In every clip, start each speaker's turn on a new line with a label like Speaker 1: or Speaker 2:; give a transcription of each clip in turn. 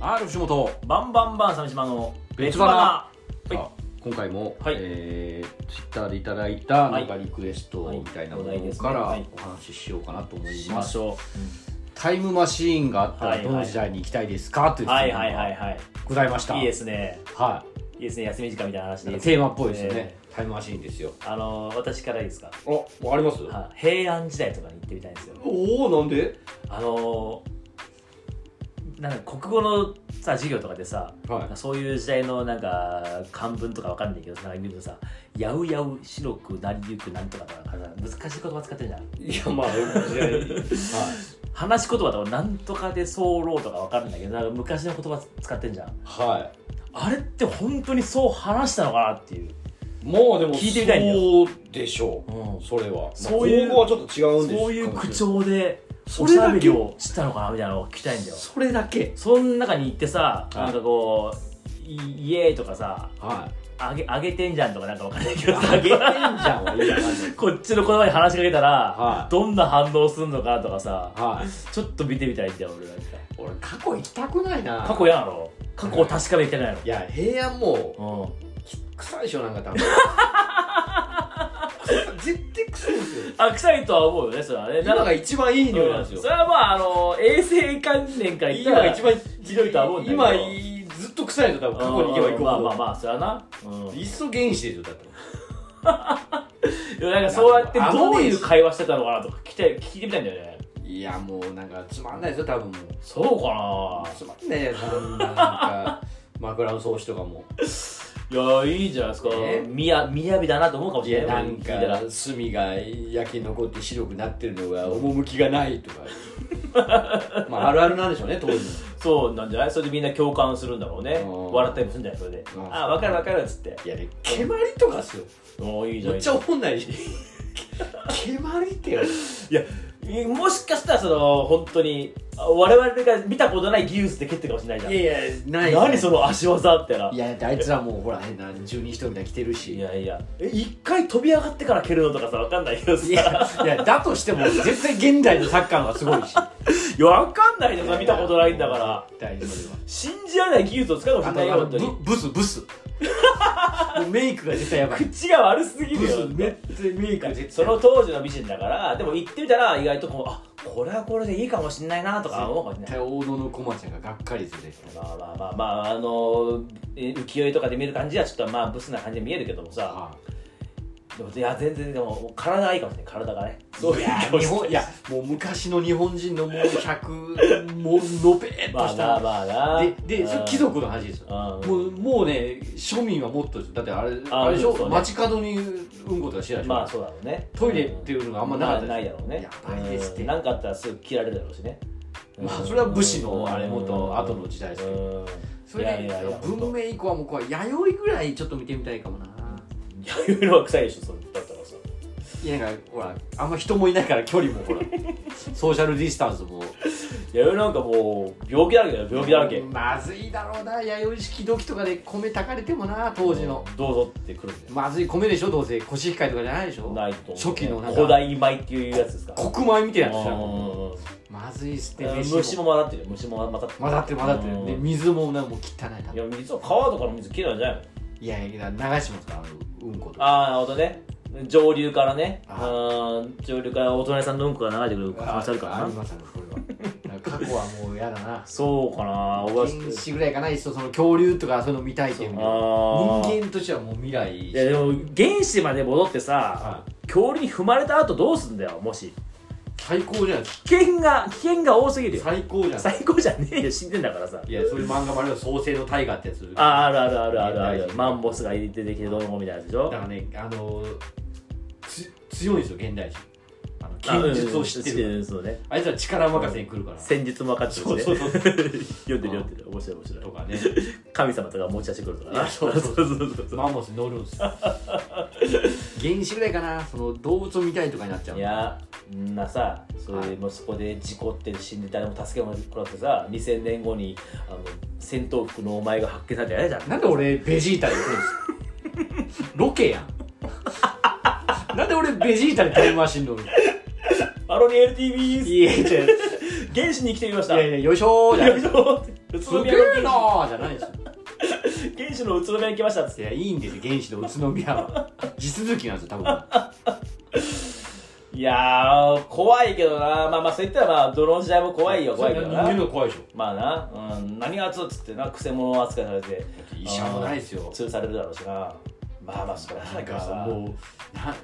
Speaker 1: R 藤本
Speaker 2: バンバンバン鮫島の
Speaker 1: 別腹
Speaker 2: 別腹
Speaker 1: さあ今回も、
Speaker 2: はい
Speaker 1: えー、ツイッターでいただいた
Speaker 2: は
Speaker 1: ないんかリクエストみたいなも
Speaker 2: はいお題で
Speaker 1: の
Speaker 2: すね
Speaker 1: から
Speaker 2: はい
Speaker 1: お話ししようかなと思い
Speaker 2: し
Speaker 1: ま
Speaker 2: ますしょ
Speaker 1: タイムマシーンがあった
Speaker 2: はい
Speaker 1: ら
Speaker 2: はい
Speaker 1: どの時代に行きたいですかというう質問
Speaker 2: はいはいはい
Speaker 1: が
Speaker 2: はい
Speaker 1: ございました
Speaker 2: いいですね
Speaker 1: はい
Speaker 2: いですね休み時間みたいな話
Speaker 1: い
Speaker 2: で
Speaker 1: テーマっぽいですよね、タイムマシーンですよ
Speaker 2: あの私からいいですか
Speaker 1: あ、わかります
Speaker 2: はい平安時代とかに行ってみたいんですよ
Speaker 1: おおなんで
Speaker 2: あのなんか国語のさ授業とかでさ、
Speaker 1: はい
Speaker 2: なんかそういう時代のなんか漢文とかわかんないけどなんか見るとさ「やうやう白くなりゆくなんとか」とかなんか難しい言葉使ってるじゃん
Speaker 1: いやまあ時代はい
Speaker 2: 話し言葉とかなんとかで候とかわかるんだけどなんか昔の言葉使ってんじゃん
Speaker 1: は
Speaker 2: あれって本当にそう話したのかなっていう
Speaker 1: いもうでも
Speaker 2: 聞いてみたいんだよ
Speaker 1: そうでしょう、
Speaker 2: うん
Speaker 1: それは
Speaker 2: そういう
Speaker 1: まあ高校はちょっと違うんです
Speaker 2: そういう口
Speaker 1: かも
Speaker 2: 調で
Speaker 1: そ
Speaker 2: お
Speaker 1: れ
Speaker 2: し
Speaker 1: だけ
Speaker 2: ゃべりをしたのかなみたいなのを聞きたいんだ
Speaker 1: しれな
Speaker 2: よ
Speaker 1: いそれだけ
Speaker 2: その中に行ってさ
Speaker 1: い
Speaker 2: なんかこう「イイエーイ!」とかさ
Speaker 1: はい
Speaker 2: あげ「あげてんじゃん」とかなんかわかんないけどさ
Speaker 1: あげてんじゃんは言わない
Speaker 2: こっちの言葉に話しかけたら、
Speaker 1: はい
Speaker 2: どんな反応するのかとかさ
Speaker 1: はい
Speaker 2: ちょっと見てみたいんだよ俺なんか
Speaker 1: 俺過去行きたくないな
Speaker 2: 過去嫌なの過去を確かめてないの
Speaker 1: いや平安も
Speaker 2: うん
Speaker 1: き臭いでしょなんか多分絶対臭いんですよ
Speaker 2: あ臭いとは思うよねそれはね
Speaker 1: 今が一番いい匂いなんですよ、
Speaker 2: それはまああの衛生観念から言った
Speaker 1: 今が
Speaker 2: ら
Speaker 1: 一番
Speaker 2: ひどいとは思うんだけど
Speaker 1: 今いいずっと臭いの多分過去に行けば行くほど
Speaker 2: まあまあまあそれはな、うん、
Speaker 1: いっそ原始でしょだって
Speaker 2: いやなんかそうやってどういう会話してたのかなとか聞きたい聞いてみたいんだよね
Speaker 1: いやもうなんかつまんないですよ多分もう
Speaker 2: そうか
Speaker 1: つまんないよそ んななんか枕の創始とかも
Speaker 2: ないやいいじゃないですか、
Speaker 1: え
Speaker 2: みやみやびだなと思うかも
Speaker 1: い
Speaker 2: し
Speaker 1: や
Speaker 2: れ
Speaker 1: な
Speaker 2: ない
Speaker 1: んか
Speaker 2: 聞いたら
Speaker 1: 炭が焼き残って白くなってるのが趣がないとかまああるあるなんでしょうね当時の
Speaker 2: そうなんじゃないそれでみんな共感するんだろうね
Speaker 1: うん
Speaker 2: 笑ったりもするんじゃないそれで
Speaker 1: うん
Speaker 2: あ分かる分かるっつって
Speaker 1: いやで蹴鞠とかっすよ
Speaker 2: おーいいじゃん
Speaker 1: めっ
Speaker 2: いい
Speaker 1: ち
Speaker 2: じゃ
Speaker 1: ゃ
Speaker 2: ん
Speaker 1: 怒んないし蹴鞠ってよ
Speaker 2: いやもしかしたらその本当にあ我々が見たことない技術で蹴ってるかもしれないじゃん
Speaker 1: いやいやない
Speaker 2: 何その足技ってない
Speaker 1: やだってあいつらもうほら変な十人一人みたいに来てるし
Speaker 2: いやいやえ一回飛び上がってから蹴るのとかさ分かんないけどさ
Speaker 1: いやいやだとしても絶対現代のサッカーの方がすごいし
Speaker 2: いや分かんないのさ見たことないんだから
Speaker 1: 絶対それは
Speaker 2: 信じられない技術を使うか
Speaker 1: あ
Speaker 2: もしれないよ本当
Speaker 1: と
Speaker 2: に
Speaker 1: ブブスブ スもうメイクが絶対やばい
Speaker 2: 口が悪すぎる
Speaker 1: ブ
Speaker 2: よ
Speaker 1: スめっちゃメイクが絶対
Speaker 2: その当時の美人だからでも行ってみたら意外とこうあこれはこれでいいかもしれないなとか思うかもしれ
Speaker 1: 絶
Speaker 2: ない
Speaker 1: 対大野のコマちゃんががっかりする絶対
Speaker 2: まあまあまあまああのえ浮世絵とかで見る感じはちょっとまあブスな感じに見えるけどもさ
Speaker 1: あ
Speaker 2: でもいや全然でも体がいいかもしれない体がね
Speaker 1: そ
Speaker 2: そうう
Speaker 1: い
Speaker 2: いう
Speaker 1: や
Speaker 2: かも
Speaker 1: 日
Speaker 2: しれな
Speaker 1: 本いやもう昔の日本人のもう100もうのべーっ
Speaker 2: ま
Speaker 1: と
Speaker 2: あ
Speaker 1: し
Speaker 2: まあ
Speaker 1: た
Speaker 2: まあな
Speaker 1: ででそれ貴族の話ですよ
Speaker 2: も
Speaker 1: もうもうね庶民はもっとですよだってあれ
Speaker 2: あ
Speaker 1: あれでしょ、
Speaker 2: そうね
Speaker 1: 街角にうんことかしてないでしょ、
Speaker 2: まあそうだろうね
Speaker 1: トイレっていうのがあんまなかったです
Speaker 2: まあないだろうね
Speaker 1: やばいですって
Speaker 2: うんなんかあったらすぐ切られるだろうしね
Speaker 1: まあそれは武士のあれもっと後の時代ですけど
Speaker 2: ど
Speaker 1: それ
Speaker 2: いやい
Speaker 1: で
Speaker 2: やいや
Speaker 1: 文明以降はもうこう弥生ぐらいちょっと見てみたいかもない
Speaker 2: や言うのは臭いでしょそれだったらさ
Speaker 1: いやなんかほらあんま人もいないから距離も ほらソーシャルディスタンスも
Speaker 2: いやなんかもう病気だらけだよ病気だらけ
Speaker 1: まずいだろうな弥生式土器とかで米炊かれてもな当時の、
Speaker 2: どうぞってくるんだよ
Speaker 1: まずい米でしょどうせコシヒカリとかじゃないでしょ
Speaker 2: ないと思う
Speaker 1: 初期のなんか
Speaker 2: 古代米っていうやつですか
Speaker 1: 黒米みたいなやつじゃ
Speaker 2: うん
Speaker 1: ん
Speaker 2: うんうん
Speaker 1: まずいっすって
Speaker 2: うん
Speaker 1: 飯も
Speaker 2: 虫も混ざってるよ虫も混ざってる
Speaker 1: 混ざってる混ざって
Speaker 2: う
Speaker 1: る
Speaker 2: ん
Speaker 1: で水もなんかもう汚いない
Speaker 2: や実は川とかの水きれいなんじゃないの
Speaker 1: いやいや流しますからあのうんことか
Speaker 2: ああなるほどね上流からね
Speaker 1: あ
Speaker 2: うん上流からお隣さんのうんこが流れてくる可能性あるから
Speaker 1: あ
Speaker 2: な
Speaker 1: りますあるこれは過去はもうやだな
Speaker 2: そうかな俺は
Speaker 1: 原始ぐらいかないとその恐竜とかそういうの見たいっていうの
Speaker 2: あー
Speaker 1: 人間としてはもう未来
Speaker 2: いやでも原始まで戻ってさ
Speaker 1: は
Speaker 2: 恐竜に踏まれた後どうすんだよもし
Speaker 1: 最高じゃないですか
Speaker 2: 危険が危険が多すぎるよ
Speaker 1: 最高じゃないですか
Speaker 2: 最高じゃねえよ死んでんだからさ
Speaker 1: いやそういう漫画もあるよ創世の大河ってやつ
Speaker 2: あああるあるあるあるあ
Speaker 1: 現代
Speaker 2: る
Speaker 1: 人
Speaker 2: マンボスが出てきてどうもみたいなやつでし
Speaker 1: だ
Speaker 2: ょ
Speaker 1: からねあのつ強いんですよ現代人あの
Speaker 2: あ
Speaker 1: 剣術を知ってるから
Speaker 2: うんそうね
Speaker 1: あいつら力任せに来るから
Speaker 2: 戦術も分かってるし
Speaker 1: そう
Speaker 2: ね
Speaker 1: そうそう
Speaker 2: 読んでる読んでる面白い面白い
Speaker 1: とかね
Speaker 2: 神様とか持ち出してくるとか
Speaker 1: いや
Speaker 2: な
Speaker 1: そうそう
Speaker 2: そうそうそう
Speaker 1: マンモスに乗るんですよ原始ぐらいかなその動物を見たいとかになっちゃう
Speaker 2: いやみんなさそれ
Speaker 1: は
Speaker 2: で
Speaker 1: い
Speaker 2: もうそこで事故って死んで誰も助けもらってさ2000年後にあの戦闘服のお前が発見されてやるじゃん
Speaker 1: なんで俺ベジータで行くんですかロケやんなんで俺ベジータでタイムマシン乗るの
Speaker 2: アロニエル TV
Speaker 1: いや違う
Speaker 2: 原始に生きてみまし
Speaker 1: い
Speaker 2: た
Speaker 1: やいやよいしょーじゃない
Speaker 2: よいしょ宇
Speaker 1: す
Speaker 2: 都
Speaker 1: げ
Speaker 2: 宮の
Speaker 1: えなーじゃないですよ
Speaker 2: 原始の宇都宮に来ましたっつっ
Speaker 1: いやいいんですよ原始の宇都宮は地続きなんですよ多分
Speaker 2: ていやー怖いけどなまあまあそういったらまあどの時代も怖いよ怖いけど
Speaker 1: 人間
Speaker 2: な
Speaker 1: の怖いでしょ
Speaker 2: まあな、うん、何がつっつってなくせ者扱いされて
Speaker 1: だって医者もないですよ
Speaker 2: 通されるだろうしなまあまあそれは
Speaker 1: なんかさ
Speaker 2: さ
Speaker 1: もうな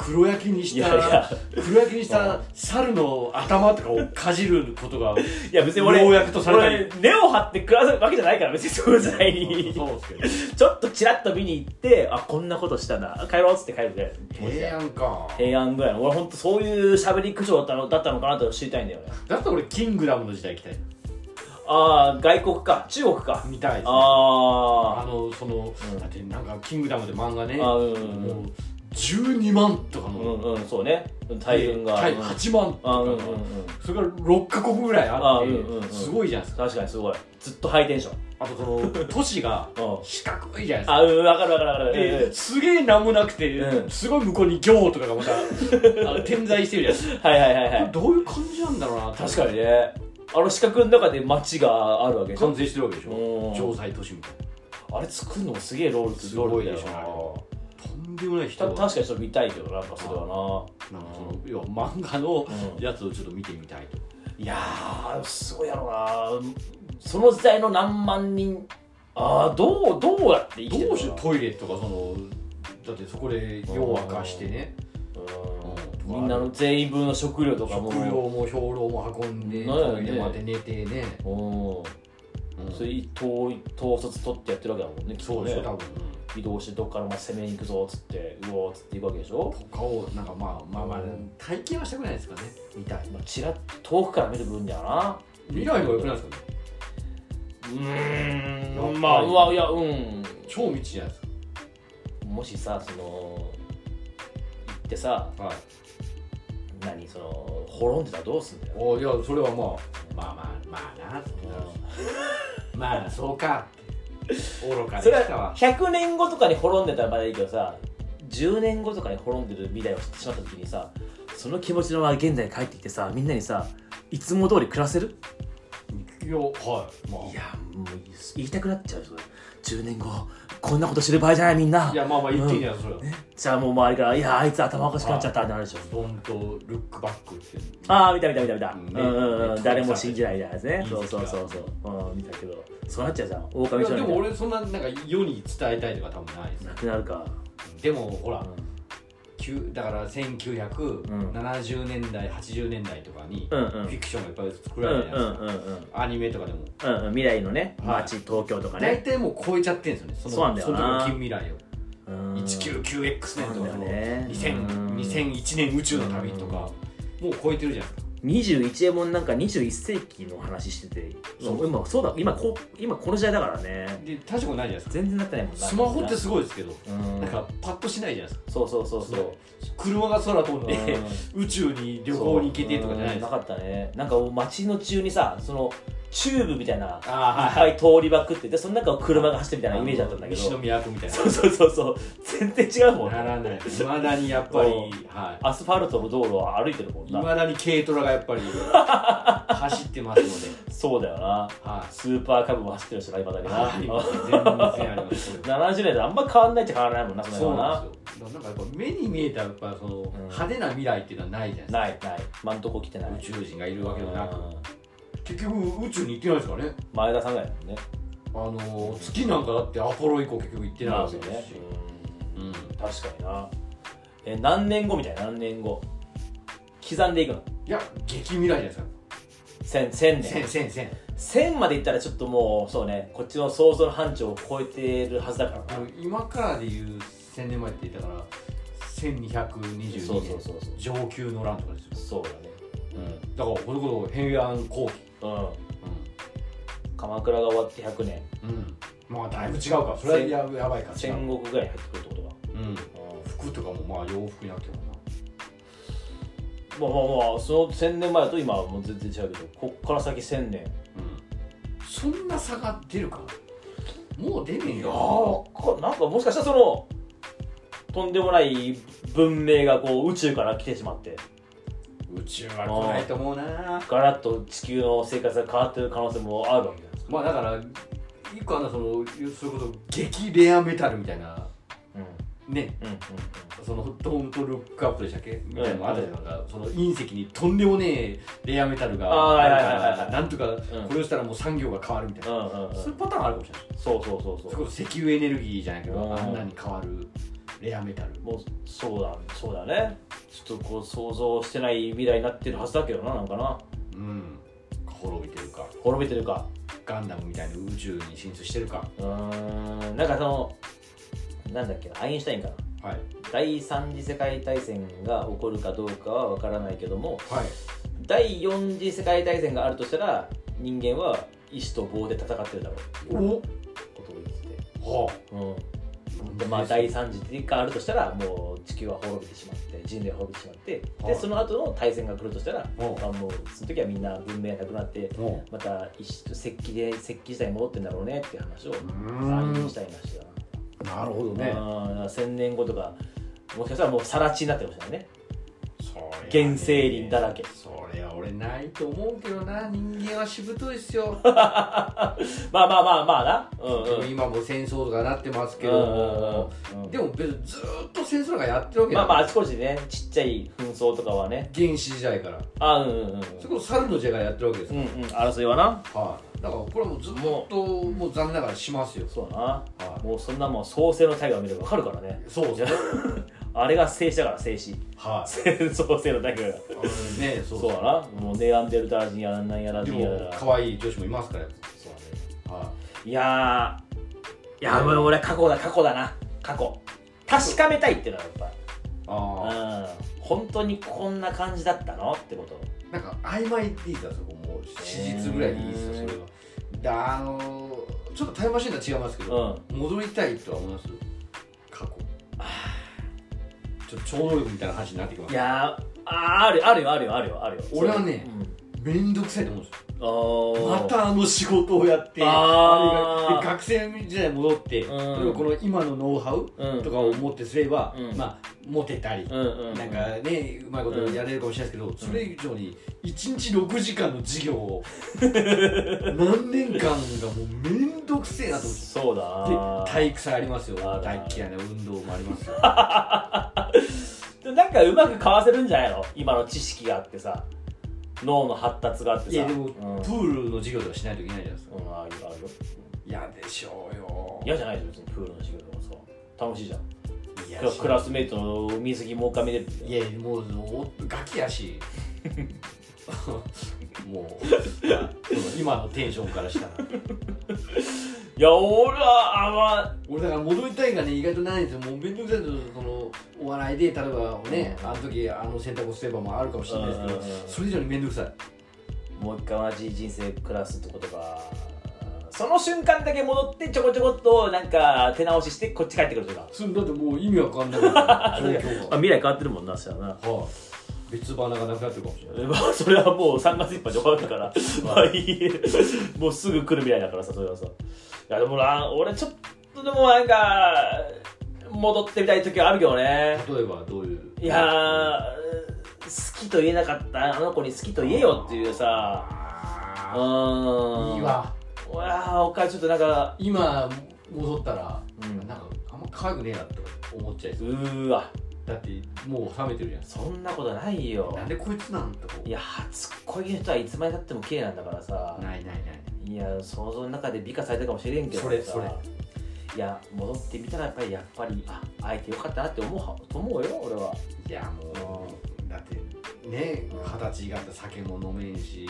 Speaker 1: 黒焼きにし
Speaker 2: いやい
Speaker 1: た
Speaker 2: や
Speaker 1: 黒焼きにした猿の頭とかをかじること が
Speaker 2: いや別に俺
Speaker 1: ようやくとされたり
Speaker 2: 俺根を張って暮らすわけじゃないから別にその時代に
Speaker 1: そうですけど
Speaker 2: ちょっとチラッと見に行ってあこんなことしたな帰ろうっつって帰るぐらい
Speaker 1: 平安か
Speaker 2: 平安ぐらいの俺本当そういう喋り口調だったのだったのかなと知りたいんだよね
Speaker 1: だったら俺キングダムの時代行きたい
Speaker 2: ああ外国か中国か
Speaker 1: 見たいですねあ
Speaker 2: あ
Speaker 1: のその、
Speaker 2: うん
Speaker 1: だってなんかキングダムで漫画ね
Speaker 2: あうんうん
Speaker 1: もう12万とか
Speaker 2: あ
Speaker 1: の、
Speaker 2: うんうんそうね大群が
Speaker 1: 対
Speaker 2: うん
Speaker 1: 8万とか
Speaker 2: あうんうんうん
Speaker 1: それから6カ国ぐらいあ
Speaker 2: あ
Speaker 1: っ
Speaker 2: う
Speaker 1: て
Speaker 2: んうんうん
Speaker 1: すごいじゃないですか
Speaker 2: 確かにすごいずっとハイテンション
Speaker 1: あとその都市が
Speaker 2: うん
Speaker 1: 四角いじゃないですか
Speaker 2: あうんわかるわかるわかるうんう
Speaker 1: で
Speaker 2: ん
Speaker 1: すげえ何もなくて、
Speaker 2: うん
Speaker 1: すごい向こうに行とかが またあの点在してるじゃないですか
Speaker 2: はいはいはいは
Speaker 1: これ
Speaker 2: い
Speaker 1: どういう感じなんだろうなって
Speaker 2: 確かにねあの四角の中で街があるわけでしょ
Speaker 1: 完成してるわけでし
Speaker 2: う
Speaker 1: ょ
Speaker 2: ん
Speaker 1: 城塞都市みたい
Speaker 2: あれ作るのもすげえロール
Speaker 1: なす
Speaker 2: ロー
Speaker 1: ご
Speaker 2: ル
Speaker 1: い
Speaker 2: だ
Speaker 1: で
Speaker 2: よ
Speaker 1: しょ
Speaker 2: な
Speaker 1: あれはとんでもない人
Speaker 2: た
Speaker 1: が
Speaker 2: 確かにちょっと見たいけどなんかそれは
Speaker 1: なんかその要は漫画の
Speaker 2: うん
Speaker 1: やつをちょっと見てみたいと、
Speaker 2: ないやーすごいやろなその時代の何万人ああどうどうやって生きてる
Speaker 1: ど
Speaker 2: の
Speaker 1: うしてトイレとかそのだってそこで夜明かしてね
Speaker 2: うんみんなの全員分の食料とかも
Speaker 1: 食料も兵糧も運んで
Speaker 2: なんやね
Speaker 1: トイレまで寝てね、
Speaker 2: うんそれ統統率取ってやってるわけだもんねきっ
Speaker 1: そ
Speaker 2: と
Speaker 1: うで
Speaker 2: ね
Speaker 1: しょ多分、
Speaker 2: 移動してどっからまあ攻めに行くぞっつってうおーっつって行くわけでしょ
Speaker 1: 他をなんかまあまあまあ
Speaker 2: うん
Speaker 1: 体験はしたくないですかねみたい
Speaker 2: まあちらっと遠くから見る分だよな
Speaker 1: 未来は良くないですかね
Speaker 2: うー
Speaker 1: やっぱり
Speaker 2: んまあうわいやうん
Speaker 1: 超未知じゃないです
Speaker 2: もしさその行ってさ
Speaker 1: かはい
Speaker 2: 何その滅んでたらどうすんだよ
Speaker 1: おいやそれはまあまあまあまあなってなるまあそうか愚かで
Speaker 2: それ
Speaker 1: した
Speaker 2: は
Speaker 1: わ
Speaker 2: 100年後とかに滅んでたらまだいいけどさ10年後とかに滅んでる未来を知ってしまった時にさその気持ちのまま現在に帰ってきてさみんなにさいつも通り暮らせる
Speaker 1: いやはいま
Speaker 2: いやもう言いたくなっちゃうそれ10年後こんなことしてる場合じゃないみんな
Speaker 1: あいやまあまあ言っていいんじゃないですかそれは
Speaker 2: じゃあもう周りから「いやあいつ頭おかしくなっちゃった」ってなるでしょ
Speaker 1: ドンとルックバックって
Speaker 2: ああ見た見た見た見た、
Speaker 1: うん
Speaker 2: うんうんう
Speaker 1: ね
Speaker 2: ん誰も信じないじゃないですね
Speaker 1: いい
Speaker 2: そう
Speaker 1: 時期
Speaker 2: そう
Speaker 1: が
Speaker 2: そうそう、うん、見たけどそうなっちゃうじゃん狼
Speaker 1: いや
Speaker 2: 少
Speaker 1: で
Speaker 2: 年
Speaker 1: も俺そんななんか世に伝えたいとか多分ないです
Speaker 2: なくなるか、
Speaker 1: でもほら
Speaker 2: う
Speaker 1: 旧だから1970年代80年代とかにフ
Speaker 2: ん、うんうん
Speaker 1: ィクションがいっぱい作
Speaker 2: うんう
Speaker 1: ら
Speaker 2: ん
Speaker 1: れ
Speaker 2: う
Speaker 1: るじゃないですか
Speaker 2: んうん
Speaker 1: アニメとかでも
Speaker 2: うんうん未来のね
Speaker 1: はい
Speaker 2: 街、東京とか
Speaker 1: 大
Speaker 2: ね
Speaker 1: 体もう超えちゃってるんですよね
Speaker 2: そうなんだよ
Speaker 1: そ
Speaker 2: な
Speaker 1: の時の近未来を
Speaker 2: うん
Speaker 1: 199X 年とか
Speaker 2: そう
Speaker 1: の
Speaker 2: だよね
Speaker 1: 2000
Speaker 2: うん
Speaker 1: 2001年宇宙の旅とかもう超えてるじゃないですか
Speaker 2: 21エモンなんか21世紀の話してて
Speaker 1: そう
Speaker 2: もう今そうだ今こう今この時代だからね
Speaker 1: で大したことないじゃないですか
Speaker 2: 全然なってないもんな
Speaker 1: スマホってすごいですけど
Speaker 2: うん
Speaker 1: なんかパッとしないじゃないですか
Speaker 2: そうそうそう そう
Speaker 1: 車が空飛んで
Speaker 2: うん
Speaker 1: 宇宙に旅行に行けてとかじゃない
Speaker 2: う
Speaker 1: で
Speaker 2: ん
Speaker 1: す
Speaker 2: な
Speaker 1: か
Speaker 2: かったねなんかもう街の中にさそのチューブみたいな
Speaker 1: あー
Speaker 2: いっぱい通りまくっててその中を車が走ってみたいなイメージだったんだけど
Speaker 1: 西宮区みたいな
Speaker 2: そうそうそうそう全然違うもん
Speaker 1: な
Speaker 2: ね
Speaker 1: らない未だにやっぱりはい
Speaker 2: アスファルトの道路を歩いてるもん
Speaker 1: 未
Speaker 2: な
Speaker 1: だに軽トラがやっぱり走ってますので
Speaker 2: そうだよな
Speaker 1: はい
Speaker 2: スーパーカブも走ってるしな今だけな
Speaker 1: はい全然あります よ
Speaker 2: 70年代あんま変わんないっちゃ変わらないもんなそ
Speaker 1: そう
Speaker 2: の辺は
Speaker 1: なんですよだからなんかやっぱ目に見えたやっぱその派手な未来っていうのはないじゃない
Speaker 2: なないない今んとこ来てない
Speaker 1: ですか宇宙人がいるわけでもなく
Speaker 2: うん
Speaker 1: 結局宇宙に行ってないですからね
Speaker 2: 前田さんがやもんね
Speaker 1: あのー月なんかだってアポロ以降結局行ってない
Speaker 2: まあ
Speaker 1: わ
Speaker 2: そ
Speaker 1: け
Speaker 2: う
Speaker 1: で
Speaker 2: ね
Speaker 1: すし
Speaker 2: う
Speaker 1: うん
Speaker 2: ん確かになえ何年後みたいな何年後刻んでいくの
Speaker 1: いや激未来じゃないですか
Speaker 2: 千千
Speaker 1: 千
Speaker 2: 年
Speaker 1: 千千
Speaker 2: 千までいったらちょっともうそうねこっちの想像の範疇を超えてるはずだからな
Speaker 1: 今からでいう千年前って言ったから
Speaker 2: そう
Speaker 1: 1222
Speaker 2: そう
Speaker 1: 年
Speaker 2: そうそう
Speaker 1: 上級の乱とかですよ
Speaker 2: そうだね
Speaker 1: だからこれこそ平安後期
Speaker 2: うん鎌倉が終わって100年
Speaker 1: うん、まあだいぶ違うかそれはややばいか違
Speaker 2: 戦
Speaker 1: う、
Speaker 2: 国ぐらいに入ってくるってことか
Speaker 1: うん、服とかもまあ洋服になってるもんな
Speaker 2: まあまあまあその1000年前だと今はもう全然違うけどこっから先1000年
Speaker 1: うんそんな差が出るかもう出ねえ
Speaker 2: いや
Speaker 1: よ
Speaker 2: ーかなんかもしかしたらそのとんでもない文明がこう宇宙から来てしまって
Speaker 1: 宇宇宙は来ないと思うな
Speaker 2: ガラッと地球の生活が変わってる可能性もあるわけじゃないですか
Speaker 1: まあだから一個あのそのそういうこと激レアメタルみたいな
Speaker 2: うん
Speaker 1: ね
Speaker 2: うんうん
Speaker 1: そのドーンとルックアップでしたっけみたいなのあったじゃんなんかその隕石にとんでもねえレアメタルが
Speaker 2: あー
Speaker 1: ある
Speaker 2: はいはい
Speaker 1: か
Speaker 2: はいは
Speaker 1: ら
Speaker 2: い
Speaker 1: なんとか
Speaker 2: ん
Speaker 1: これをしたらもう産業が変わるみたいな、
Speaker 2: うんうんうん
Speaker 1: そういうパターンあるかもしれない
Speaker 2: そうそうそう
Speaker 1: それ
Speaker 2: そう
Speaker 1: こそ石油エネルギーじゃないけ
Speaker 2: うん
Speaker 1: どあんなに変わるレアメタル
Speaker 2: もうそうだそうだねちょっとこう想像してない未来になってるはずだけどななんかな
Speaker 1: うん滅びてるか
Speaker 2: 滅びてるか
Speaker 1: ガンダムみたいに宇宙に進出してるか
Speaker 2: うーんなんかそのなんだっけなアインシュタインかな
Speaker 1: はい
Speaker 2: 第三次世界大戦が起こるかどうかは分からないけども
Speaker 1: はい
Speaker 2: 第四次世界大戦があるとしたら人間は意志と棒で戦ってるだろうっていう
Speaker 1: お
Speaker 2: ことを言ってて、
Speaker 1: は
Speaker 2: う
Speaker 1: あ
Speaker 2: ん、でまあ第三次があるとしたらもう地球は滅びてしまって人類は滅びてしまって
Speaker 1: はい
Speaker 2: でその後の大戦が来るとしたら、
Speaker 1: お
Speaker 2: まあ、もうその時はみんな文明がなくなって
Speaker 1: も
Speaker 2: また意志と石器で石器時代に戻ってんだろうねっていう話を
Speaker 1: う
Speaker 2: アイ
Speaker 1: ん
Speaker 2: ンシュタインの話だな。
Speaker 1: なるほどね
Speaker 2: ああ千年後とかもしかしたらもうさら地になってましたよね
Speaker 1: それはね
Speaker 2: 原生林だらけ
Speaker 1: それは俺ないと思うけどな人間はしぶといっすよ
Speaker 2: まあまあまあまあなうん
Speaker 1: で
Speaker 2: う
Speaker 1: も
Speaker 2: ん
Speaker 1: 今も戦争とかなってますけ
Speaker 2: うんうん
Speaker 1: ど
Speaker 2: うんうん
Speaker 1: でも別にずーっと戦争なんかやってるわけ
Speaker 2: ま
Speaker 1: だ
Speaker 2: あまああちこちでねちっちゃい紛争とかはね
Speaker 1: 原始時代から
Speaker 2: あうんうんうん
Speaker 1: それこそ猿の時代からやってるわけです
Speaker 2: う
Speaker 1: よ
Speaker 2: んうん争いはな
Speaker 1: はいだからこれはもうずっともう残念ながらしますよ
Speaker 2: そうだな
Speaker 1: はい
Speaker 2: もうそんなもん創世の大河見ればわかるからね
Speaker 1: そうですね
Speaker 2: あれが静止だから静止
Speaker 1: はい
Speaker 2: 創世の大河が
Speaker 1: ねそう
Speaker 2: そうだなもうネアンデルター人やらなんやら
Speaker 1: で
Speaker 2: 人や
Speaker 1: も
Speaker 2: ら
Speaker 1: 可愛い女子もいますから
Speaker 2: そうだね
Speaker 1: はい
Speaker 2: やーいやもう俺過去だ過去だな過去確かめたいっていうのはやっぱ
Speaker 1: いあ
Speaker 2: うん本当にこんな感じだったのってこと
Speaker 1: あなんか曖昧っていいですかそこもう史実ぐらいでいいですかそれはだあのーちょっとタイムマシンとは違いますけど
Speaker 2: うん
Speaker 1: 戻りたいとは思います過去ちょっと超能力みたいな話になってきま
Speaker 2: い
Speaker 1: す
Speaker 2: やーああるよあるよあるよあるよあるよ
Speaker 1: 俺はね
Speaker 2: うん
Speaker 1: めんどくさいと思うんです
Speaker 2: あー
Speaker 1: よまたあの仕事をやって
Speaker 2: あ
Speaker 1: あれ
Speaker 2: ー
Speaker 1: がで学生時代に戻って、
Speaker 2: うん
Speaker 1: 例えばこの今のノウハウ
Speaker 2: うん
Speaker 1: とかを持ってすれば、
Speaker 2: うん
Speaker 1: まあモテたり、
Speaker 2: うんうん
Speaker 1: なんかねうまいことやれるかもしれないですけど、それ以上に1日6時間の授業 を何年間がもうめんどくせえなと思って
Speaker 2: そうだ
Speaker 1: で
Speaker 2: な
Speaker 1: 体育祭ありますよ
Speaker 2: あるあ
Speaker 1: 大
Speaker 2: る
Speaker 1: っ嫌いな運動もあり ますよ
Speaker 2: でなんかうまくかわせるんじゃないの今の知識があってさ脳の発達があって
Speaker 1: い
Speaker 2: さ
Speaker 1: やでも、
Speaker 2: うん、うん、あ
Speaker 1: プールの授業とかしないといけないじゃないですか
Speaker 2: るよあるよ
Speaker 1: 嫌でしょうよ
Speaker 2: 嫌じゃないでしょ別にプールの授業とかさ楽しいじゃん
Speaker 1: 嫌
Speaker 2: クラクラスメイトの水着もうか見れるって
Speaker 1: いやもうおガキや し もうまあその今のテンションからしたら
Speaker 2: いや俺はあんま
Speaker 1: 俺だから戻りたいがね意外とないんですよもう面倒くさいとそのお笑いで例えばね、
Speaker 2: うん
Speaker 1: あの時あの選択をすればもあるかもしれないですけど、
Speaker 2: うんうんうん
Speaker 1: それ以上に面倒くさい
Speaker 2: もう一回同じ人生暮らすってことかその瞬間だけ戻ってちょこちょこっとなんか手直ししてこっち帰ってくるとか
Speaker 1: それだってもう意味わかん ないから状況が
Speaker 2: 未来変わってるもんなそしたらな
Speaker 1: はい、別花がなくなってるかもしれない
Speaker 2: まあ それはもう3月いっぱいで終わるからまあいいもうすぐ来る未来だからさそれはさいやでもな俺ちょっとでもなんか戻ってみたい時はあるけどね
Speaker 1: 例えばどういう
Speaker 2: いやー好きと言えなかったあの子に好きと言えよっていうさう
Speaker 1: あ
Speaker 2: ー
Speaker 1: ー
Speaker 2: ん
Speaker 1: いいわ
Speaker 2: うわあおかちょっとなんか
Speaker 1: 今戻ったら、
Speaker 2: うん
Speaker 1: なんかあんま可愛くねえなって思っちゃいそう
Speaker 2: うーわ
Speaker 1: だってもう冷めてるじゃないです
Speaker 2: そんなことない
Speaker 1: か
Speaker 2: よ
Speaker 1: なんでこいつなんとか
Speaker 2: いや初恋の人はいつまでたっても綺麗なんだからさ
Speaker 1: ないないない
Speaker 2: いや想像の中で美化されたかもしれんけどさ
Speaker 1: それそれ
Speaker 2: いや戻ってみたらやっぱりやっぱりあ会えてよかったなって思うはと思うよ俺はい
Speaker 1: やもうだってね二十歳以外だと酒も飲めんし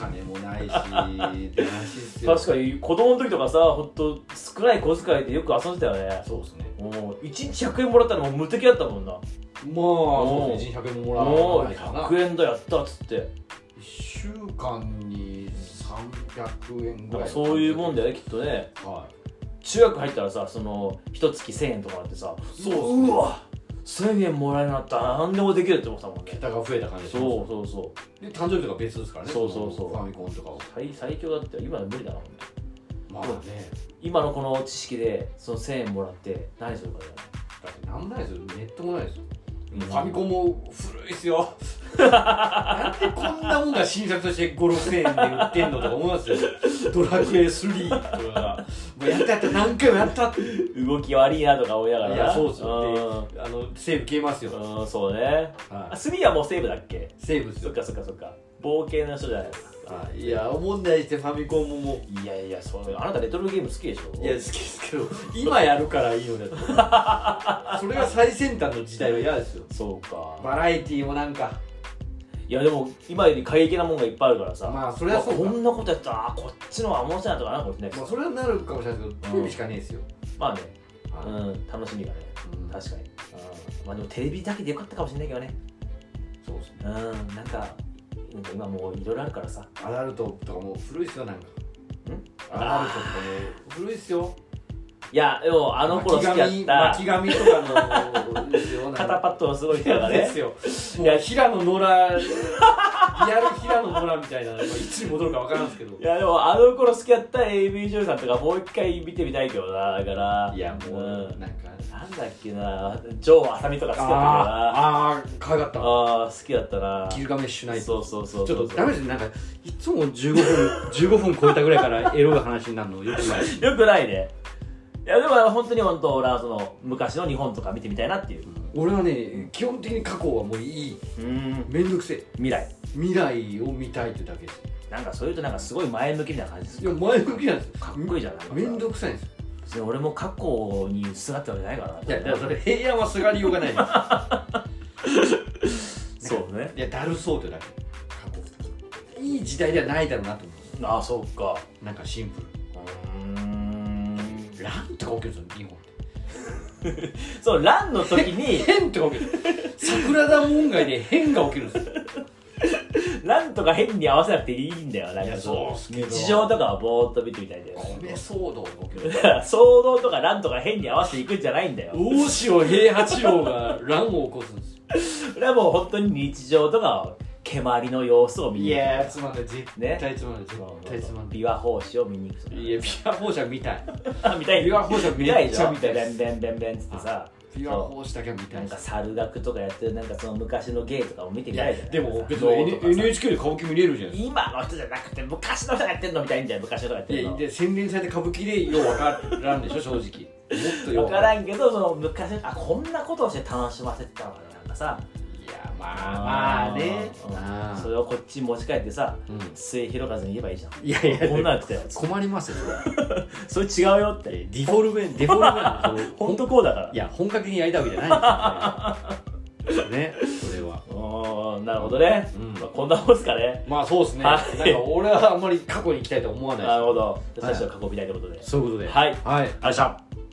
Speaker 1: 金もないしって話ですよ
Speaker 2: 確かに子供の時とかさほんと少ない小遣いでよく遊んでたよね
Speaker 1: そうですね
Speaker 2: もう1日100円もらったらもう無敵だったもんな
Speaker 1: まあそうですね100円もも
Speaker 2: も
Speaker 1: らわ
Speaker 2: う
Speaker 1: ないかな
Speaker 2: 100円だやったっつって
Speaker 1: 1週間に300円ぐ
Speaker 2: なん
Speaker 1: ら
Speaker 2: か
Speaker 1: い
Speaker 2: そういうもんだよねきっとね
Speaker 1: は
Speaker 2: 中学入ったらさその一月1000円とかあってさ
Speaker 1: そうっすね
Speaker 2: うわ1000円もらえるなったら何でもできるって思ってたもん
Speaker 1: い
Speaker 2: ね
Speaker 1: 桁が増えた感じです
Speaker 2: そうそうそう
Speaker 1: で誕生日とか別ですからね
Speaker 2: そうそうそう
Speaker 1: ファミコンとかを
Speaker 2: 最最強だって今は無理だなほんと
Speaker 1: まあね
Speaker 2: 今のこの知識でその1000円もらって何するかだよね
Speaker 1: だってなんもないですよネットもないですよもうファミコンも古いっす よなんでこんなもんが新作として56000円で売ってんのとか思いますよドラクエ3とかがもうやったやった何回もやったってい
Speaker 2: 動き悪いなとか思いながらな
Speaker 1: やそうですよであのセーブ消えます
Speaker 2: う
Speaker 1: よ、
Speaker 2: んうんそうね
Speaker 1: は
Speaker 2: あスリーはもうセーブだっけ
Speaker 1: い、セーブです
Speaker 2: そっ
Speaker 1: よ
Speaker 2: かそっかそっか冒険の人じゃないですか
Speaker 1: はいいや思んないしてファミコンももう
Speaker 2: いやいやそうあなたレトロゲーム好きでしょ
Speaker 1: いや好きですけど今やるからいいの だとそれが最先端の時代は嫌ですよ
Speaker 2: そうか、
Speaker 1: バラエティーもなんか
Speaker 2: いやでも今より過激なもんがいっぱいあるからさ
Speaker 1: まあそれはそうか
Speaker 2: こんなことやったらあこっちのは面白いなとかなるかもしれないけ
Speaker 1: まあ
Speaker 2: ど
Speaker 1: それはなるかもしれないですけどテレビしかねえですよ、
Speaker 2: まあね
Speaker 1: は
Speaker 2: う
Speaker 1: い
Speaker 2: ん楽しみがね
Speaker 1: うん
Speaker 2: 確かに
Speaker 1: あ
Speaker 2: まあでもテレビだけでよかったかもしれないけどね
Speaker 1: ーそうですね
Speaker 2: うんなんかなんか今もういろいろあるからさ
Speaker 1: アダルトとかもう古いっすよなんかアダルトとかもう古いっすよ
Speaker 2: いやでもあの頃好きやった
Speaker 1: 巻き髪巻き髪とかのですよなんか
Speaker 2: 肩パッドのすごい人がね
Speaker 1: ですよ
Speaker 2: い
Speaker 1: も
Speaker 2: や
Speaker 1: う平野ノラリアル平野ノラみたいなのがいつに戻るか分からんですけど
Speaker 2: いやでもあの頃好きやった AV 女優さんとかもう一回見てみたいけどなだから
Speaker 1: いやもう
Speaker 2: うん
Speaker 1: なんか
Speaker 2: なんだっけなジョー・アサミとか好きだったけどな
Speaker 1: あーあー可愛かった
Speaker 2: ああ好きだったな
Speaker 1: ギルガメッシュナイト
Speaker 2: そうそうそう
Speaker 1: ち
Speaker 2: そう
Speaker 1: ょっとダメですねなんかいつも15分15分超えたぐらいからエロい話になるのよくないし、
Speaker 2: よくないねいやでも本当に本当俺はその昔の日本とか見てみたいなっていう
Speaker 1: 俺はね基本的に過去はもういい
Speaker 2: うん
Speaker 1: めんどくせえ
Speaker 2: 未来
Speaker 1: 未来を見たいってだけです
Speaker 2: なんかそういうとなんかすごい前向きみたいな感じす
Speaker 1: いや
Speaker 2: る
Speaker 1: 前向きなんですよ
Speaker 2: かっこいいじゃんなんか
Speaker 1: めんどくさいんですよ
Speaker 2: 別に俺も過去にすがってわけじゃないからない
Speaker 1: やだからそれ平安はすがりよう がないです
Speaker 2: そうね
Speaker 1: いやだるそうってだけ過去いい時代ではないだろうなと思うんです
Speaker 2: ああそうか
Speaker 1: なんかシンプル
Speaker 2: うーん
Speaker 1: 乱とか起きるんですよ日本って
Speaker 2: そうランの時 に
Speaker 1: 変とか起きる桜田門外で変が起きるんですよ
Speaker 2: ランとか変に合わせなくていいんだよなん
Speaker 1: い
Speaker 2: か
Speaker 1: やそうっすけど
Speaker 2: 日常とかはぼーっと見てみたいんだよ
Speaker 1: 米
Speaker 2: ね
Speaker 1: 騒動が起きる
Speaker 2: だから騒動とかランとか変に合わせていくんじゃないんだよ
Speaker 1: 大塩平八郎が乱を起こすんですよ
Speaker 2: それはもう本当に日常とか蹴鞠の様子を見に
Speaker 1: い
Speaker 2: 行く
Speaker 1: やーつまんない絶
Speaker 2: ね
Speaker 1: 対つまんない絶対つまんない
Speaker 2: 琵琶法師を見に行くとか
Speaker 1: いやビア放 射見たい
Speaker 2: あ見たい
Speaker 1: 琵琶法師は
Speaker 2: 見
Speaker 1: め
Speaker 2: たい
Speaker 1: っ
Speaker 2: で
Speaker 1: ち
Speaker 2: し
Speaker 1: ゃ
Speaker 2: ょ
Speaker 1: 見た
Speaker 2: ベン
Speaker 1: い
Speaker 2: ベ
Speaker 1: で
Speaker 2: ン
Speaker 1: す
Speaker 2: ベンベンベンっつってさ
Speaker 1: ビア放射だけは見た
Speaker 2: ないん
Speaker 1: です
Speaker 2: か猿楽とかやってるなんかその昔の芸とかも見て
Speaker 1: い
Speaker 2: みた
Speaker 1: や
Speaker 2: いじゃない
Speaker 1: でも別
Speaker 2: 像
Speaker 1: に
Speaker 2: とか
Speaker 1: N-
Speaker 2: さ
Speaker 1: NHK で歌舞伎見れるじゃないで
Speaker 2: 今の人じゃなくて昔の人がやってんのみたいんだよ昔の人がやっ
Speaker 1: すか
Speaker 2: て
Speaker 1: い
Speaker 2: る
Speaker 1: や
Speaker 2: の
Speaker 1: で洗練されて歌舞伎でようわからんでしょ 正直もっとよ
Speaker 2: 分
Speaker 1: う
Speaker 2: か
Speaker 1: わから
Speaker 2: ら
Speaker 1: んい
Speaker 2: んけどその昔のあこんなことをして楽しませてたのかななんかさ
Speaker 1: やまあまあね
Speaker 2: うん
Speaker 1: あ
Speaker 2: そ
Speaker 1: ー
Speaker 2: れをこっちに持ち帰ってさ
Speaker 1: うん
Speaker 2: 末広和に言えばいいじゃん
Speaker 1: いやいや
Speaker 2: こんなんやってたよ
Speaker 1: 困りますよそれは
Speaker 2: それ違うよって
Speaker 1: ディフォルメディフォルメなんですよ
Speaker 2: 本当こうだから
Speaker 1: いや本格的にやりたいわけじゃないですよ ねねそれは
Speaker 2: おーなるほどね、
Speaker 1: うん
Speaker 2: まあ、こんなもんですかね
Speaker 1: まあそうですね、
Speaker 2: はい
Speaker 1: なんか俺はあんまり過去に行きたいと思わない
Speaker 2: なる
Speaker 1: で
Speaker 2: ほどじゃあ最初は過去みたいということで、
Speaker 1: すそういうことで
Speaker 2: は
Speaker 1: は
Speaker 2: い
Speaker 1: い
Speaker 2: ありがとうございました